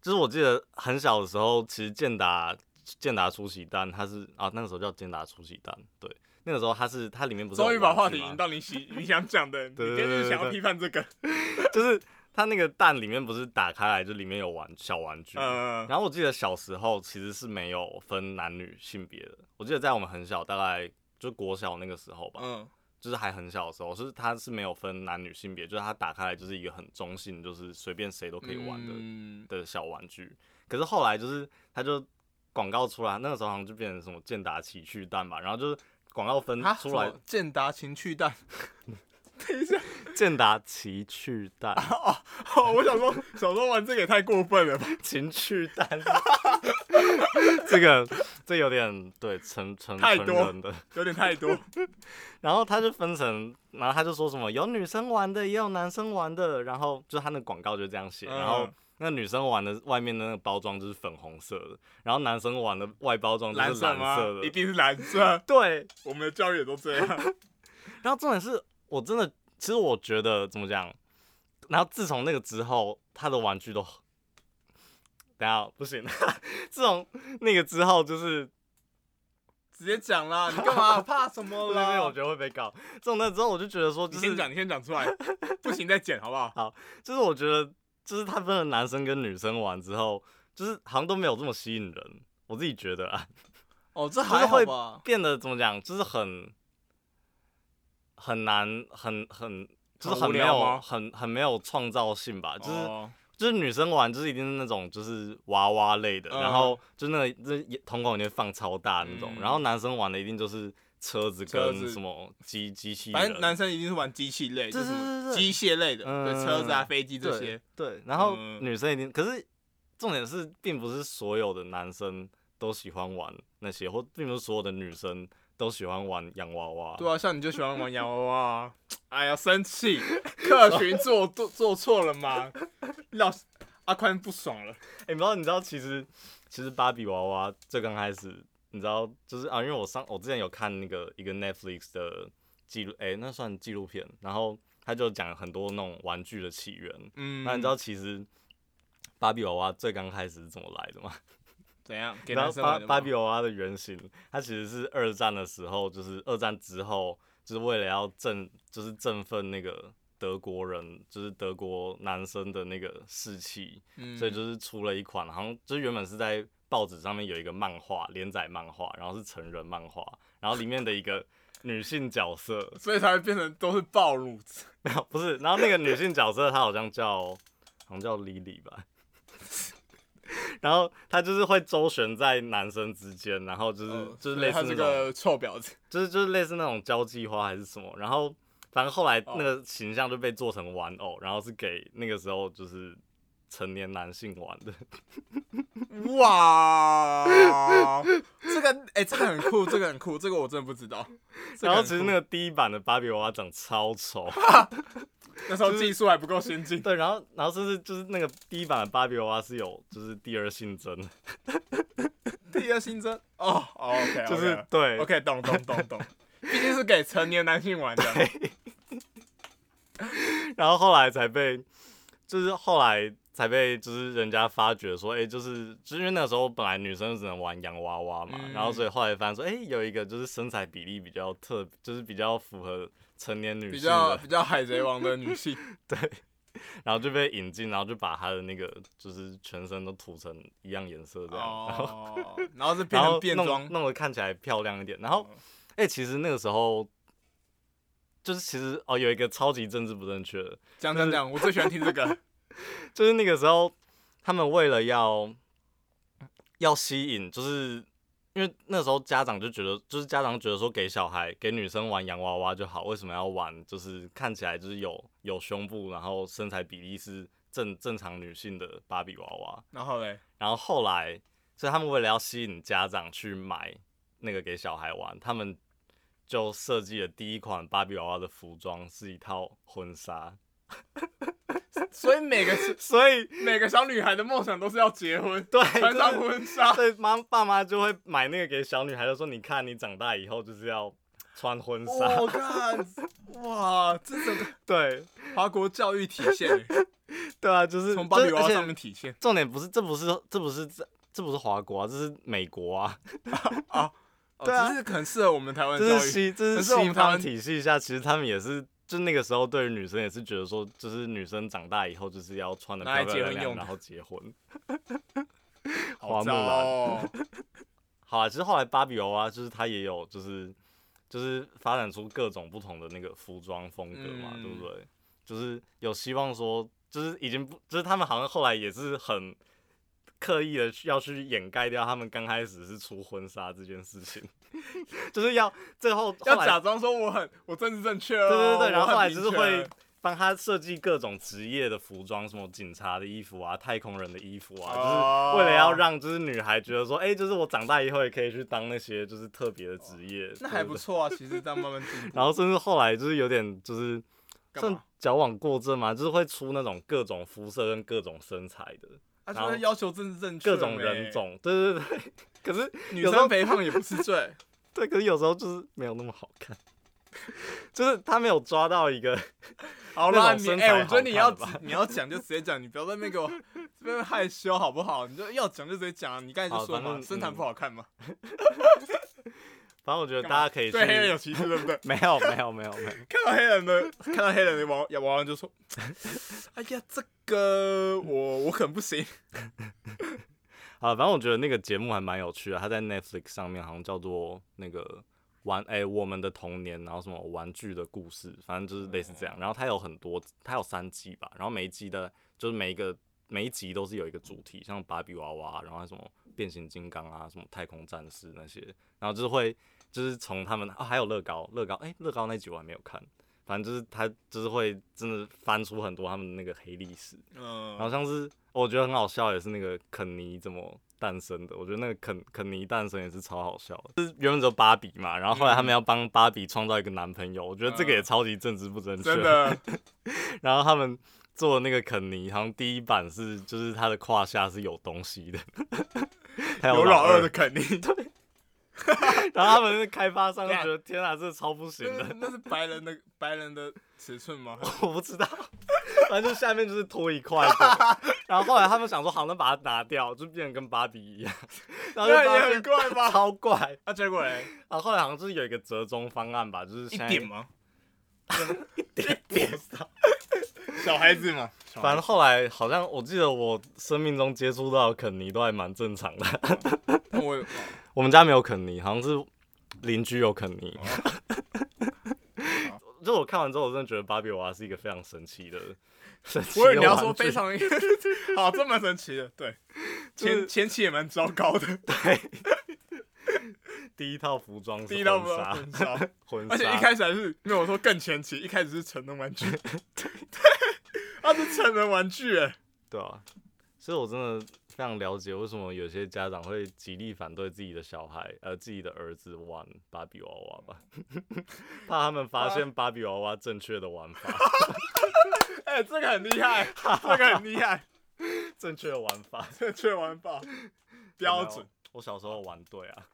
Speaker 1: 就是我记得很小的时候，其实健达健达出奇蛋，它是啊那个时候叫健达出奇蛋，对，那个时候它是它里面不是有
Speaker 2: 终于把
Speaker 1: 玩具
Speaker 2: 话题
Speaker 1: 吗
Speaker 2: 引到你喜你想讲的，你
Speaker 1: 对
Speaker 2: 今
Speaker 1: 对
Speaker 2: 天就是想要
Speaker 1: 对对
Speaker 2: 批判这个，
Speaker 1: 就是它那个蛋里面不是打开来就里面有玩小玩具，
Speaker 2: 嗯，
Speaker 1: 然后我记得小时候其实是没有分男女性别的，我记得在我们很小，大概就国小那个时候吧，
Speaker 2: 嗯，
Speaker 1: 就是还很小的时候，就是它是没有分男女性别，就是它打开来就是一个很中性，就是随便谁都可以玩的、
Speaker 2: 嗯
Speaker 1: 的小玩具。可是后来就是它就广告出来，那个时候好像就变成什么健达奇趣蛋吧，然后就是广告分
Speaker 2: 啊，
Speaker 1: 嗯出来
Speaker 2: 什么健达情趣蛋， 等一下，
Speaker 1: 健达奇趣蛋、
Speaker 2: 哦，我想说，小时候玩这个也太过分了吧？
Speaker 1: 情趣蛋， 这个这有点对成成
Speaker 2: 太
Speaker 1: 成
Speaker 2: 多
Speaker 1: 人的。
Speaker 2: 有点 太多，
Speaker 1: 然后他就分成，然后他就说什么有女生玩的，也有男生玩的，然后就是他的广告就这样写，
Speaker 2: 嗯
Speaker 1: 然后那女生玩的外面的那个包装就是粉红色的，然后男生玩的外包装就是
Speaker 2: 蓝
Speaker 1: 蓝
Speaker 2: 色吗
Speaker 1: 色？
Speaker 2: 一
Speaker 1: 的，
Speaker 2: 定是蓝色，
Speaker 1: 对。
Speaker 2: 我们的教育也都这样。
Speaker 1: 然后重点是我真的，其实我觉得怎么讲，然后自从那个之后，他的玩具都，等一下不行， 自从那个之后就是
Speaker 2: 直接 讲啦，你干嘛怕什
Speaker 1: 因
Speaker 2: 么
Speaker 1: 为
Speaker 2: 啦？
Speaker 1: 我觉得会被告，自从那之后我就觉得说
Speaker 2: 你
Speaker 1: 就是
Speaker 2: 先讲，你先讲 出来，不行再剪好不好？
Speaker 1: 就是我觉得，就是他分了男生跟女生玩之后，就是好像都没有这么吸引人。我自己觉得啊，
Speaker 2: 哦，这
Speaker 1: 还好
Speaker 2: 吧？
Speaker 1: 变得怎么讲，就是很很难，很很就是
Speaker 2: 很
Speaker 1: 很
Speaker 2: 无
Speaker 1: 没
Speaker 2: 聊吗哦
Speaker 1: 有很很没有创造性吧。就是、就是女生玩，就是一定是那种就是娃娃类的，
Speaker 2: 嗯
Speaker 1: 然后就那个这瞳孔里面放超大那种，
Speaker 2: 嗯
Speaker 1: 然后男生玩的一定就是车子
Speaker 2: 车
Speaker 1: 跟
Speaker 2: 子
Speaker 1: 什么机机器人，
Speaker 2: 反正男生一定是玩机器类，
Speaker 1: 对
Speaker 2: 就是
Speaker 1: 对
Speaker 2: 什么
Speaker 1: 对对
Speaker 2: 机械类的，
Speaker 1: 嗯
Speaker 2: 对，车子啊、飞机这些。
Speaker 1: 对。对，然后
Speaker 2: 嗯
Speaker 1: 女生一定，可是重点是，并不是所有的男生都喜欢玩那些，或并不是所有的女生都喜欢玩洋娃娃。
Speaker 2: 对啊，像你就喜欢玩洋娃娃 啊，哎呀，生气，客群做做做错了嘛，老阿宽不爽了，
Speaker 1: 诶，你知道，你知道，其实其实芭比娃娃最刚开始，你知道，就是啊，因为我上我之前有看那个一个 Netflix 的记录，诶，那算纪录片，然后他就讲很多那种玩具的起源。
Speaker 2: 嗯，
Speaker 1: 那你知道，其实芭比娃娃最刚开始是怎么来的吗？
Speaker 2: 怎样？给
Speaker 1: 然
Speaker 2: 男
Speaker 1: 后
Speaker 2: 生
Speaker 1: 芭
Speaker 2: 玩的吗
Speaker 1: 芭比娃娃的原型，它其实是二战的时候，就是二战之后，就是为了要振，就是振奋那个德国人，就是德国男生的那个士气，
Speaker 2: 嗯
Speaker 1: 所以就是出了一款，好像就是原本是在报纸上面有一个漫画连载漫画，然后是成人漫画，然后里面的一个女性角色，
Speaker 2: 所以才会变成都是暴露，
Speaker 1: 没有不是，然后那个女性角色她好像叫，好像叫 Lily 吧。 然后他就是会周旋在男生之间，然后就是、
Speaker 2: 哦
Speaker 1: 就是
Speaker 2: 所以
Speaker 1: 类
Speaker 2: 他
Speaker 1: 似
Speaker 2: 是
Speaker 1: 那种，
Speaker 2: 个臭婊子，
Speaker 1: 就是就是类似那种交际花还是什么，然后反正后来
Speaker 2: 哦
Speaker 1: 那个形象就被做成玩偶，然后是给那个时候就是成年男性玩的，
Speaker 2: 哇，这个哎、这个很酷，这个很酷，这个我真的不知 道。这个
Speaker 1: 然后
Speaker 2: 很
Speaker 1: 其实
Speaker 2: 酷
Speaker 1: 那个第一版的芭比娃娃长超 丑，
Speaker 2: 那时候技术还不够先 进，
Speaker 1: 对，然后然后甚至就是那个第一版的芭比娃娃是有就是第二性征的，
Speaker 2: 第二新增哦哦，OK，
Speaker 1: 就是对
Speaker 2: OK，懂懂懂懂，毕竟是给成年男性玩的。
Speaker 1: 然后后来才被，就是后来才被，就是人家发觉说，哎、就是就是因为那时候本来女生只能玩洋娃娃嘛，
Speaker 2: 嗯
Speaker 1: 然后所以后来发现说，哎、有一个就是身材比例比较特，就是比较符合成年女
Speaker 2: 比
Speaker 1: 性
Speaker 2: 较
Speaker 1: 的，
Speaker 2: 比较海贼王的女 性，
Speaker 1: 然后就被引进，然后就把她的那个就是全身都涂成一样颜色这样，啊然后
Speaker 2: 哦，然后是变
Speaker 1: 然
Speaker 2: 成
Speaker 1: 后
Speaker 2: 变
Speaker 1: 弄
Speaker 2: 装，哦
Speaker 1: 弄得看起来漂亮一点，然后哎、其实那个时候。就是其实哦，有一个超级政治不正确的，
Speaker 2: 讲讲讲，我最喜欢听 这个，
Speaker 1: 就是那个时候，他们为了要要吸引，就是因为那时候家长就觉得，就是家长觉得说给小孩给女生玩洋娃娃就好，为什么要玩就是看起来就是有有胸部，然后身材比例是正正常女性的芭比娃娃？
Speaker 2: 然后嘞，
Speaker 1: 然后后来，所以他们为了要吸引家长去买那个给小孩玩，他们就设计了第一款芭比娃娃的服装是一套婚纱，
Speaker 2: 所以每个
Speaker 1: 所以
Speaker 2: 每个小女孩的梦想都是要结婚，
Speaker 1: 对
Speaker 2: 穿上
Speaker 1: 就是
Speaker 2: 婚 纱，
Speaker 1: 所以妈爸妈就会买那个给小女孩，就说你看你长大以后就是要穿婚纱，
Speaker 2: 我看，哇，这整个
Speaker 1: 对
Speaker 2: 华国教育体现，
Speaker 1: 对啊，就是
Speaker 2: 从芭比娃娃
Speaker 1: 就是
Speaker 2: 上
Speaker 1: 而且
Speaker 2: 面体现
Speaker 1: 重点不是这不是这不是这这不是华国啊，这是美国啊，
Speaker 2: 啊，哦
Speaker 1: 对啊
Speaker 2: 只是很适合我们台湾
Speaker 1: 这
Speaker 2: 教
Speaker 1: 是
Speaker 2: 育，
Speaker 1: 西这
Speaker 2: 可
Speaker 1: 是
Speaker 2: 是我们
Speaker 1: 西
Speaker 2: 台湾
Speaker 1: 方体系下，其实他们也是。就那个时候，对于女生也是觉得说，就是女生长大以后就是要穿的
Speaker 2: 拿来
Speaker 1: 漂
Speaker 2: 结
Speaker 1: 漂
Speaker 2: 婚
Speaker 1: 亮亮，
Speaker 2: 用的
Speaker 1: 然后结婚。
Speaker 2: 好
Speaker 1: 花木
Speaker 2: 糟
Speaker 1: 兰
Speaker 2: 哦，
Speaker 1: 好啊，其实后来芭比娃娃就是它也有就是就是发展出各种不同的那个服装风格嘛，
Speaker 2: 嗯
Speaker 1: 对不对？就是有希望说，就是已经不，就是他们好像后来也是很刻意的要去掩盖掉他们刚开始是出婚纱这件事情， 就是要最后后
Speaker 2: 要
Speaker 1: 来
Speaker 2: 假装说我很我政治正确哦，
Speaker 1: 对对对，然后
Speaker 2: 我很
Speaker 1: 后来
Speaker 2: 平
Speaker 1: 就是会
Speaker 2: 权。
Speaker 1: 帮他设计各种职业的服装，什么警察的衣服啊、太空人的衣服啊，
Speaker 2: 哦
Speaker 1: 就是为了要让就是女孩觉得说，哎、就是我长大以后也可以去当那些就是特别的职业，
Speaker 2: 那还
Speaker 1: 对
Speaker 2: 不
Speaker 1: 对对。
Speaker 2: 错啊，其实这样慢慢进 步。
Speaker 1: 然后甚至后来就是有点就是
Speaker 2: 干
Speaker 1: 算
Speaker 2: 嘛
Speaker 1: 矫枉过正嘛，就是会出那种各种肤色跟各种身材的
Speaker 2: 他
Speaker 1: 然
Speaker 2: 啊就
Speaker 1: 后
Speaker 2: 是要求政治正确，
Speaker 1: 各种人，种，对对 对。可是
Speaker 2: 女
Speaker 1: 有时候
Speaker 2: 生肥胖也不 是罪。
Speaker 1: 对，可是有时候就是没有那么好看， 就是他没有抓到一个。
Speaker 2: 好啦，
Speaker 1: 那种
Speaker 2: 你
Speaker 1: 身
Speaker 2: 哎、
Speaker 1: 材
Speaker 2: 我觉得你要
Speaker 1: 好看吧
Speaker 2: 你要讲就直接讲，你不要在那边给我这边害羞好不好？你就要讲就直接讲啊！你刚才就
Speaker 1: 好
Speaker 2: 说
Speaker 1: 反
Speaker 2: 嘛，
Speaker 1: 正嗯
Speaker 2: 身材不好看嘛，
Speaker 1: 反正我觉得
Speaker 2: 干嘛
Speaker 1: 大家可以去
Speaker 2: 对黑人有歧视，对不对？
Speaker 1: 没有没有没有没有，
Speaker 2: 看到黑人的，看到黑人的网网友 就说：“哎呀，这个我我可能不行。
Speaker 1: 啊，反正我觉得那个节目还蛮有趣的，它在 Netflix 上面好像叫做那个玩哎、我们的童年，然后什么玩具的故事，反正就是类似这样。然后它有很多，它有三季吧，然后每一季的，就是每一个每一集都是有一个主题，像芭比娃娃，然后还有什么变形金刚啊，什么太空战士那些，然后就是会就是从他们啊，还有乐高，乐高哎，乐、高那集我还没有看。反正就是他，就是会真的翻出很多他们那个黑历史，”
Speaker 2: 嗯，
Speaker 1: 好像是哦我觉得很好笑，也是那个肯尼怎么诞生的。我觉得那个肯肯尼诞生也是超好笑的，就是原本只有芭比嘛，然后后来
Speaker 2: 嗯
Speaker 1: 他们要帮芭比创造一个男朋友，我觉得这个也超级政治不正确。
Speaker 2: 真。的，
Speaker 1: 然后他们做那个肯尼，好像第一版是就是他的胯下是有东西的， 还
Speaker 2: 有老
Speaker 1: 老
Speaker 2: 二的。肯定， 对，
Speaker 1: 然后他们开发商就觉得天啊，这超不行的，
Speaker 2: 那是白人的白人的尺寸吗？
Speaker 1: 我不知道。反正就下面就是脱一块 的，然后后来他们想说，好，那把它拿掉，就变成跟芭比一样， 然后就
Speaker 2: 那
Speaker 1: 发
Speaker 2: 也
Speaker 1: 现
Speaker 2: 很怪吧？
Speaker 1: 超怪。
Speaker 2: 啊，结果嘞，
Speaker 1: 啊，后来好像就是有一个折中方案吧，就是
Speaker 2: 一
Speaker 1: 现在
Speaker 2: 点吗？
Speaker 1: 一 点点。
Speaker 2: 小孩子嘛，
Speaker 1: 反正后来好像我记得我生命中接触到的肯尼都还蛮正常的，
Speaker 2: 正 我
Speaker 1: 我们家没有肯尼，好像是邻居有肯尼。
Speaker 2: 哦
Speaker 1: 就我看完之后，我真的觉得芭比娃娃是一个非 常神奇的，神奇
Speaker 2: 我以为
Speaker 1: 的
Speaker 2: 你要
Speaker 1: 玩
Speaker 2: 说
Speaker 1: 具
Speaker 2: 非常好，这么神奇的，对，前前期也蛮糟糕的，
Speaker 1: 第一套服装是
Speaker 2: 第一套服
Speaker 1: 婚纱
Speaker 2: 装 很糟，
Speaker 1: 婚纱，
Speaker 2: 而且一开始还是没有我说更前期，一开始是成人 玩具，对，它是成人玩具哎，
Speaker 1: 对啊，所以我真的非常了解为什么有些家长会极力反对自己的小孩，呃，自己的儿子玩芭比娃娃吧， 怕他们发现芭比娃娃正确的玩法，
Speaker 2: 哎、这个很厉 害，这个很厉害，
Speaker 1: 正确的玩 法
Speaker 2: 正确玩法 标准。。
Speaker 1: 我小时候玩对啊，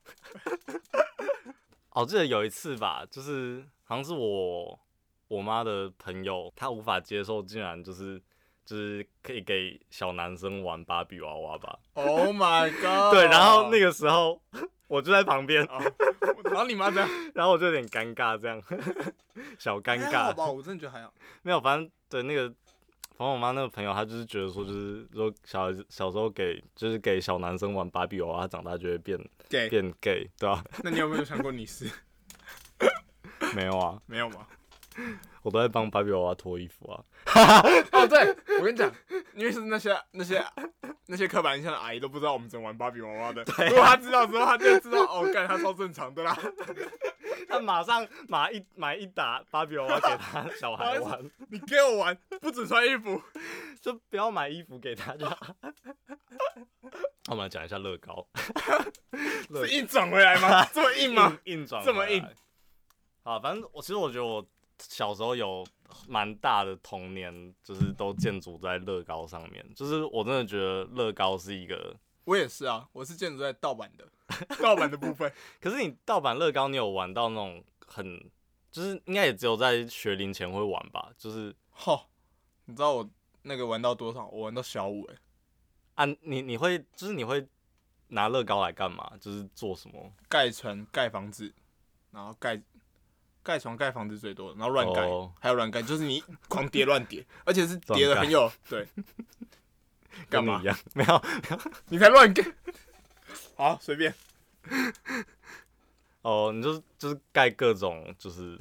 Speaker 1: 哦，记得有一次吧，就是好像是我我妈的朋友，她无法接受，竟然就是就是可以给小男生玩芭比娃娃吧。
Speaker 2: Oh my god！
Speaker 1: 对，然后那
Speaker 2: 个，
Speaker 1: 个时候 我就在旁边，
Speaker 2: 哦然后你妈这样，
Speaker 1: 然后我就有点尴尬，这样 小尴
Speaker 2: 还哎好
Speaker 1: 尬。
Speaker 2: 吧？我真的觉得还好。
Speaker 1: 没有，反正对那个，反正我妈那个朋友，她就是觉得说，就是说小孩子小时候给就是给小男生玩芭比娃娃，长大就会变
Speaker 2: 对，
Speaker 1: 变 gay，对吧、
Speaker 2: 那你有没有想过你是？
Speaker 1: 没有啊，
Speaker 2: 没有吗？
Speaker 1: 我都在帮芭比娃娃脱衣服啊。
Speaker 2: 哦，对，我跟你讲，因为是那些那些那些刻板印象的阿姨都不知道我们怎么玩芭比娃 娃的。
Speaker 1: 啊
Speaker 2: 如果她知道之后，她就知道哦，干她超正常的啦。
Speaker 1: 她马上买一买一打芭比娃娃给 她小孩玩，
Speaker 2: 你给我玩，不准穿衣服。
Speaker 1: 就不要买衣服给她就好。 那我们来讲一下乐高，对
Speaker 2: 是硬转回来吗？这么硬吗？
Speaker 1: 硬转
Speaker 2: 这么
Speaker 1: 回来
Speaker 2: 硬。
Speaker 1: 啊，反正我其实我觉得我小时候有蛮大的童年，就是都建筑在乐高上面。就是我真的觉得乐高是一个，
Speaker 2: 我也是啊，我是建筑在盗版的， 盗版的部分。
Speaker 1: 可是你盗版乐高，你有玩到那种很，就是应该也只有在学龄前会玩吧？就是
Speaker 2: 吼、你知道我那个玩到多少？我玩到小五哎、
Speaker 1: 啊，你你会就是你会拿乐高来干嘛？就是做什么？
Speaker 2: 盖船、盖房子，然后盖盖床、盖房子最多，然后乱盖
Speaker 1: 哦
Speaker 2: 还有乱盖，就是你狂叠乱 叠，而且是叠的很有对。
Speaker 1: 跟
Speaker 2: 干
Speaker 1: 你
Speaker 2: 嘛
Speaker 1: 一？样？ 没有
Speaker 2: 你才乱盖。 好，随便。
Speaker 1: 哦，你就是就是盖各种就是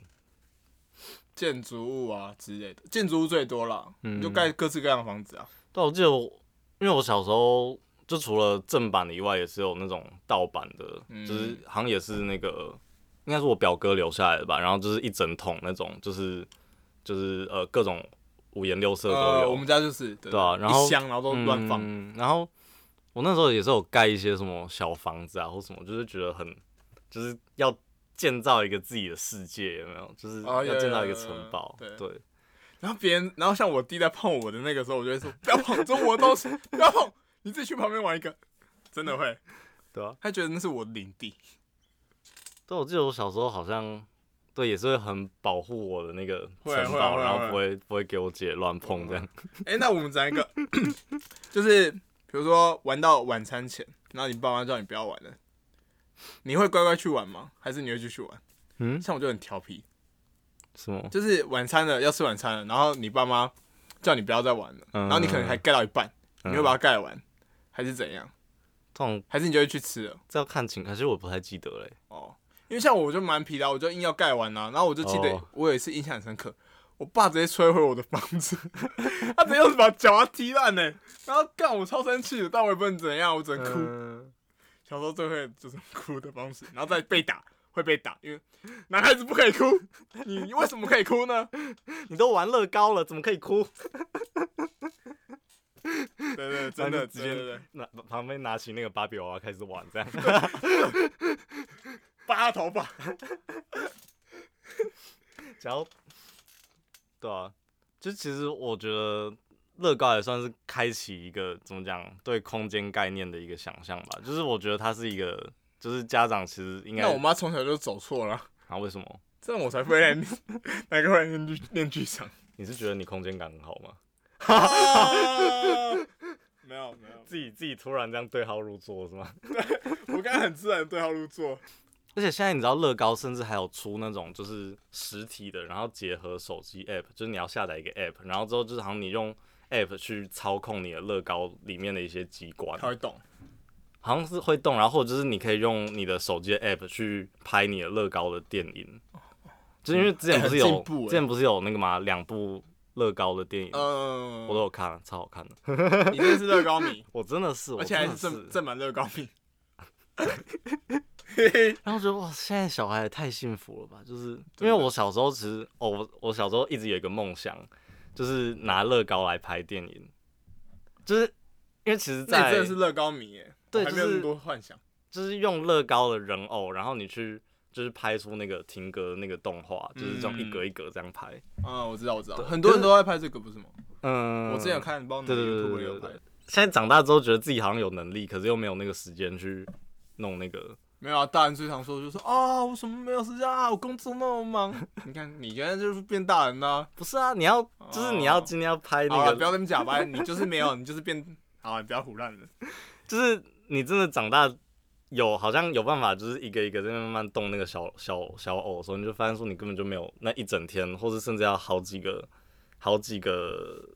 Speaker 2: 建筑物啊之类的，建筑物最多啦，
Speaker 1: 嗯
Speaker 2: 你就盖各式各样的房子啊。
Speaker 1: 但我记得我，因为我小时候就除了正版的以外，也是有那种盗版的，
Speaker 2: 嗯
Speaker 1: 就是好像也是那个，应该是我表哥留下来的吧。然后就是一整桶那种，就是就是呃各种五颜六色都
Speaker 2: 呃，
Speaker 1: 有，
Speaker 2: 我们家就是对
Speaker 1: 对啊然后
Speaker 2: 一箱，然后都乱放。
Speaker 1: 嗯然后我那时候也是有盖一些什么小房子啊，或什么，就是觉得很就是要建造一个自己的世界，有没有？就是
Speaker 2: 哦
Speaker 1: 要
Speaker 2: 有
Speaker 1: 建
Speaker 2: 有
Speaker 1: 造一
Speaker 2: 有
Speaker 1: 个
Speaker 2: 有
Speaker 1: 城
Speaker 2: 有
Speaker 1: 堡，
Speaker 2: 对
Speaker 1: 对。
Speaker 2: 然后别人，然后像我弟在碰我的那个时候，我就会说不要碰， 这我的东西，不要碰，你自己去旁边玩一个。真的会，
Speaker 1: 对啊，
Speaker 2: 他觉得那是我的领地。
Speaker 1: 对，我记得我小时候好像，对，也是会很保护我的那个
Speaker 2: 会啊
Speaker 1: 城
Speaker 2: 会啊
Speaker 1: 堡，
Speaker 2: 会啊
Speaker 1: 然
Speaker 2: 会
Speaker 1: 后
Speaker 2: 啊
Speaker 1: 不会不会给我姐乱碰这样。
Speaker 2: 哎、那我们讲一个， 就是比如说玩到晚餐前，然后你爸妈叫你不要玩了，你会乖乖去玩吗？还是你会继续玩？
Speaker 1: 嗯，
Speaker 2: 像我就很调皮，
Speaker 1: 什么？
Speaker 2: 就是晚餐了要吃晚餐了，然后你爸妈叫你不要再玩了，
Speaker 1: 嗯
Speaker 2: 然后你可能还盖到一半，
Speaker 1: 嗯
Speaker 2: 你会把它盖完，还是怎样？
Speaker 1: 这种
Speaker 2: 还是你就会去吃了？
Speaker 1: 这要看情况，其实我不太记得嘞。
Speaker 2: 哦，因为像我就蛮皮的啊，我就硬要盖完啦、然后我就记得
Speaker 1: 哦
Speaker 2: 我有一次印象很深刻，我爸直接摧毁我的房子， 他直接用把脚啊踢烂呢、然后干我超生气的，但我也不能怎样，我只能哭。
Speaker 1: 哭，
Speaker 2: 小时候最会就是哭的方式，然后再被打，会被打，因为男孩子不可以哭， 你为什么可以哭呢？
Speaker 1: 你都玩乐高了，怎么可以哭？
Speaker 2: 对对，真
Speaker 1: 然
Speaker 2: 的
Speaker 1: 后就直接
Speaker 2: 对对对，
Speaker 1: 拿旁边拿起那个芭比娃娃开始玩这样。
Speaker 2: 拔他头发。
Speaker 1: 然后，对啊，就其实我觉得乐高也算是开启一个怎么讲对空间概念的一个想象吧。就是我觉得它是一个，就是家长其实应该
Speaker 2: 那我妈从小就走错了，
Speaker 1: 啊为什么？
Speaker 2: 这样我才不会 练哪个会练剧练 剧场。
Speaker 1: 你是觉得你空间感很好吗？
Speaker 2: 没有没有，
Speaker 1: 自己自己突然这样对号入座是吗？
Speaker 2: 我刚刚很自然地对号入座。
Speaker 1: 而且现在你知道乐高甚至还有出那种就是实体的，然后结合手机 app，就是你要下载一个 app，然后之后就是好像你用 app 去操控你的乐高里面的一些机关，
Speaker 2: 他会懂，
Speaker 1: 好像是会动，然后或者就是你可以用你的手机的 app 去拍你的乐高的电影，就是因为之前不是有
Speaker 2: 很进步欸
Speaker 1: 之前不是有那个嘛两部乐高的电影，
Speaker 2: 嗯，
Speaker 1: 我都有看，超好看的。
Speaker 2: 你真的是乐高迷，
Speaker 1: 我真的是，我
Speaker 2: 而且还
Speaker 1: 真
Speaker 2: 是
Speaker 1: 的
Speaker 2: 正正版乐高 迷。
Speaker 1: 然后觉得哇，现在小孩也太幸福了吧！就是因
Speaker 2: 真
Speaker 1: 为
Speaker 2: 的
Speaker 1: 我小时候其实，哦，我我小时候一直有一个梦想，就是拿乐高来拍电影，就是因为其实
Speaker 2: 那
Speaker 1: 在，
Speaker 2: 你真的是乐高迷耶，
Speaker 1: 对
Speaker 2: 我还没有
Speaker 1: 就
Speaker 2: 那
Speaker 1: 是
Speaker 2: 么多幻想。
Speaker 1: 就是用乐高的人偶，然后你去就是拍出那个停格那个动画，就是这种一格一格这样拍。
Speaker 2: 嗯，我知道，我知道，
Speaker 1: 对
Speaker 2: 很多人都在拍这个，不是吗？
Speaker 1: 嗯，
Speaker 2: 我之前有看，不知道哪
Speaker 1: 对对
Speaker 2: 个
Speaker 1: 对
Speaker 2: YouTube
Speaker 1: 对
Speaker 2: 有
Speaker 1: 对
Speaker 2: 拍，
Speaker 1: 现在长大之后觉得自己好像有能力，可是又没有那个时间去弄那个。
Speaker 2: 没有啊，大人最常说的就是啊，我什么没有时间啊，我工作那么忙。 你看，你现在就是变大人啦、
Speaker 1: 不是啊，你要就是你
Speaker 2: 哦
Speaker 1: 要今天要拍
Speaker 2: 好
Speaker 1: 那
Speaker 2: 了，不
Speaker 1: 个，
Speaker 2: 要跟你假掰，你就是没有， 你就是变。好啊了，你不要胡乱了。
Speaker 1: 就是你真的长大有好像有办法，就是一个一个在那边慢慢动那个小小小偶的时候，你就发现说你根本就没有那一整天，或者甚至要好几个好几个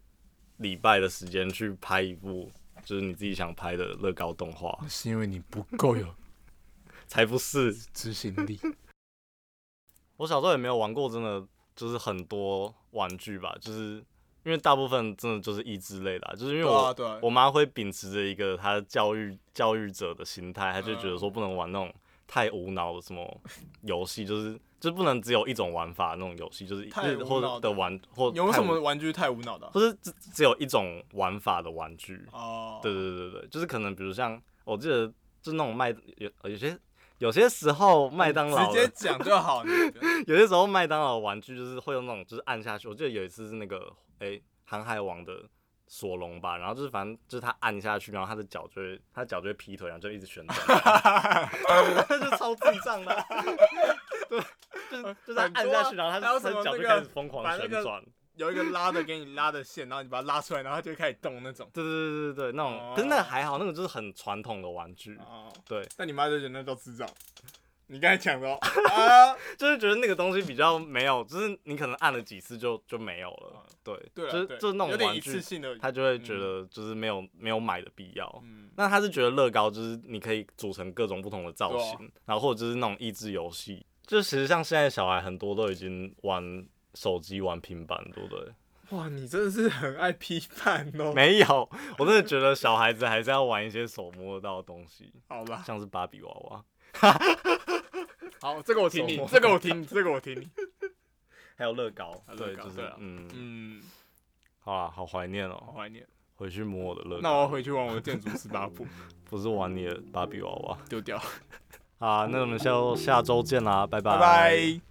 Speaker 1: 礼拜的时间去拍一部。就是你自己想拍的乐高动画，
Speaker 2: 是因为你不够有
Speaker 1: 才不是！
Speaker 2: 执行力。
Speaker 1: 我小时候也没有玩过，真的就是很多玩具吧，就是因为大部分真的就是益智类的啊、就是因为
Speaker 2: 对
Speaker 1: 我、
Speaker 2: 啊，对啊，
Speaker 1: 我妈会秉持着一个她教育教育者的心态，她就觉得
Speaker 2: 嗯
Speaker 1: 说不能玩那种太无脑的什么游戏，就是就是不能只有一种玩法那种游戏，就是
Speaker 2: 太
Speaker 1: 就是
Speaker 2: 无
Speaker 1: 或
Speaker 2: 脑
Speaker 1: 者
Speaker 2: 的
Speaker 1: 的玩或
Speaker 2: 有没有
Speaker 1: 太
Speaker 2: 什
Speaker 1: 无
Speaker 2: 么玩具太无脑的啊、
Speaker 1: 或是只只有一种玩法的玩具。
Speaker 2: 哦，
Speaker 1: 对对对对对，就是可能比如像我记得就那种麦有有些有些时候麦当劳
Speaker 2: 直
Speaker 1: 的
Speaker 2: 接讲就好。你 不要
Speaker 1: 有些时候麦当劳的玩具就是会有那种就是按下去，我记得有一次是那个诶航海王》的索隆吧，然后就是反正就是他按下去，然后他的脚就会他的脚就会劈腿，然后就一直旋 转， 就超智障的啊、对，就是就是他按下去，然后
Speaker 2: 还有
Speaker 1: 他他
Speaker 2: 什
Speaker 1: 的
Speaker 2: 么
Speaker 1: 脚就
Speaker 2: 那个
Speaker 1: 开始疯狂
Speaker 2: 把那
Speaker 1: 旋
Speaker 2: 个
Speaker 1: 转。
Speaker 2: 有一个拉的给你拉的线，然后你把它拉出来，然后它就会开始动那种。
Speaker 1: 对对对对对，那种，
Speaker 2: 哦
Speaker 1: 可是那个还好，那个就是很传统的玩具，
Speaker 2: 哦，
Speaker 1: 对，
Speaker 2: 但你妈就觉得那叫智障。你刚才讲 的哦啊，
Speaker 1: 就是觉得那个东西比较没有，就是你可能按了几次就就没有了
Speaker 2: 哦，
Speaker 1: 对，
Speaker 2: 对啊，
Speaker 1: 就是
Speaker 2: 对
Speaker 1: 就是那
Speaker 2: 有
Speaker 1: 种
Speaker 2: 点
Speaker 1: 玩
Speaker 2: 一次
Speaker 1: 具，
Speaker 2: 性的，
Speaker 1: 他就会觉得就是没有没有买的必要，
Speaker 2: 嗯，
Speaker 1: 那他是觉得乐高就是你可以组成各种不同的造型，
Speaker 2: 对啊
Speaker 1: 然后或者就是那种益智游戏，就其实像现在小孩很多都已经玩手机、玩平板，对不 对？
Speaker 2: 哇，你真的是很爱批判哦。
Speaker 1: 没有，我真的觉得小孩子还是要玩一些手摸得到的东西，
Speaker 2: 好吧，
Speaker 1: 像是芭比娃娃，
Speaker 2: 好，这个我听
Speaker 1: 手
Speaker 2: 你，
Speaker 1: 摸
Speaker 2: 这个我听你，这个我听你。
Speaker 1: 还有乐高，
Speaker 2: 还有乐
Speaker 1: 对，
Speaker 2: 高
Speaker 1: 就是
Speaker 2: 对啊
Speaker 1: 嗯，
Speaker 2: 嗯，
Speaker 1: 好啊，好怀念
Speaker 2: 好
Speaker 1: 哦，
Speaker 2: 怀念。
Speaker 1: 回去摸我的乐高，
Speaker 2: 那我要回去玩我的建筑十八步，
Speaker 1: 不是玩你的芭比娃娃
Speaker 2: 丢掉。
Speaker 1: 啊，那我们下下周见啦，拜
Speaker 2: 拜拜。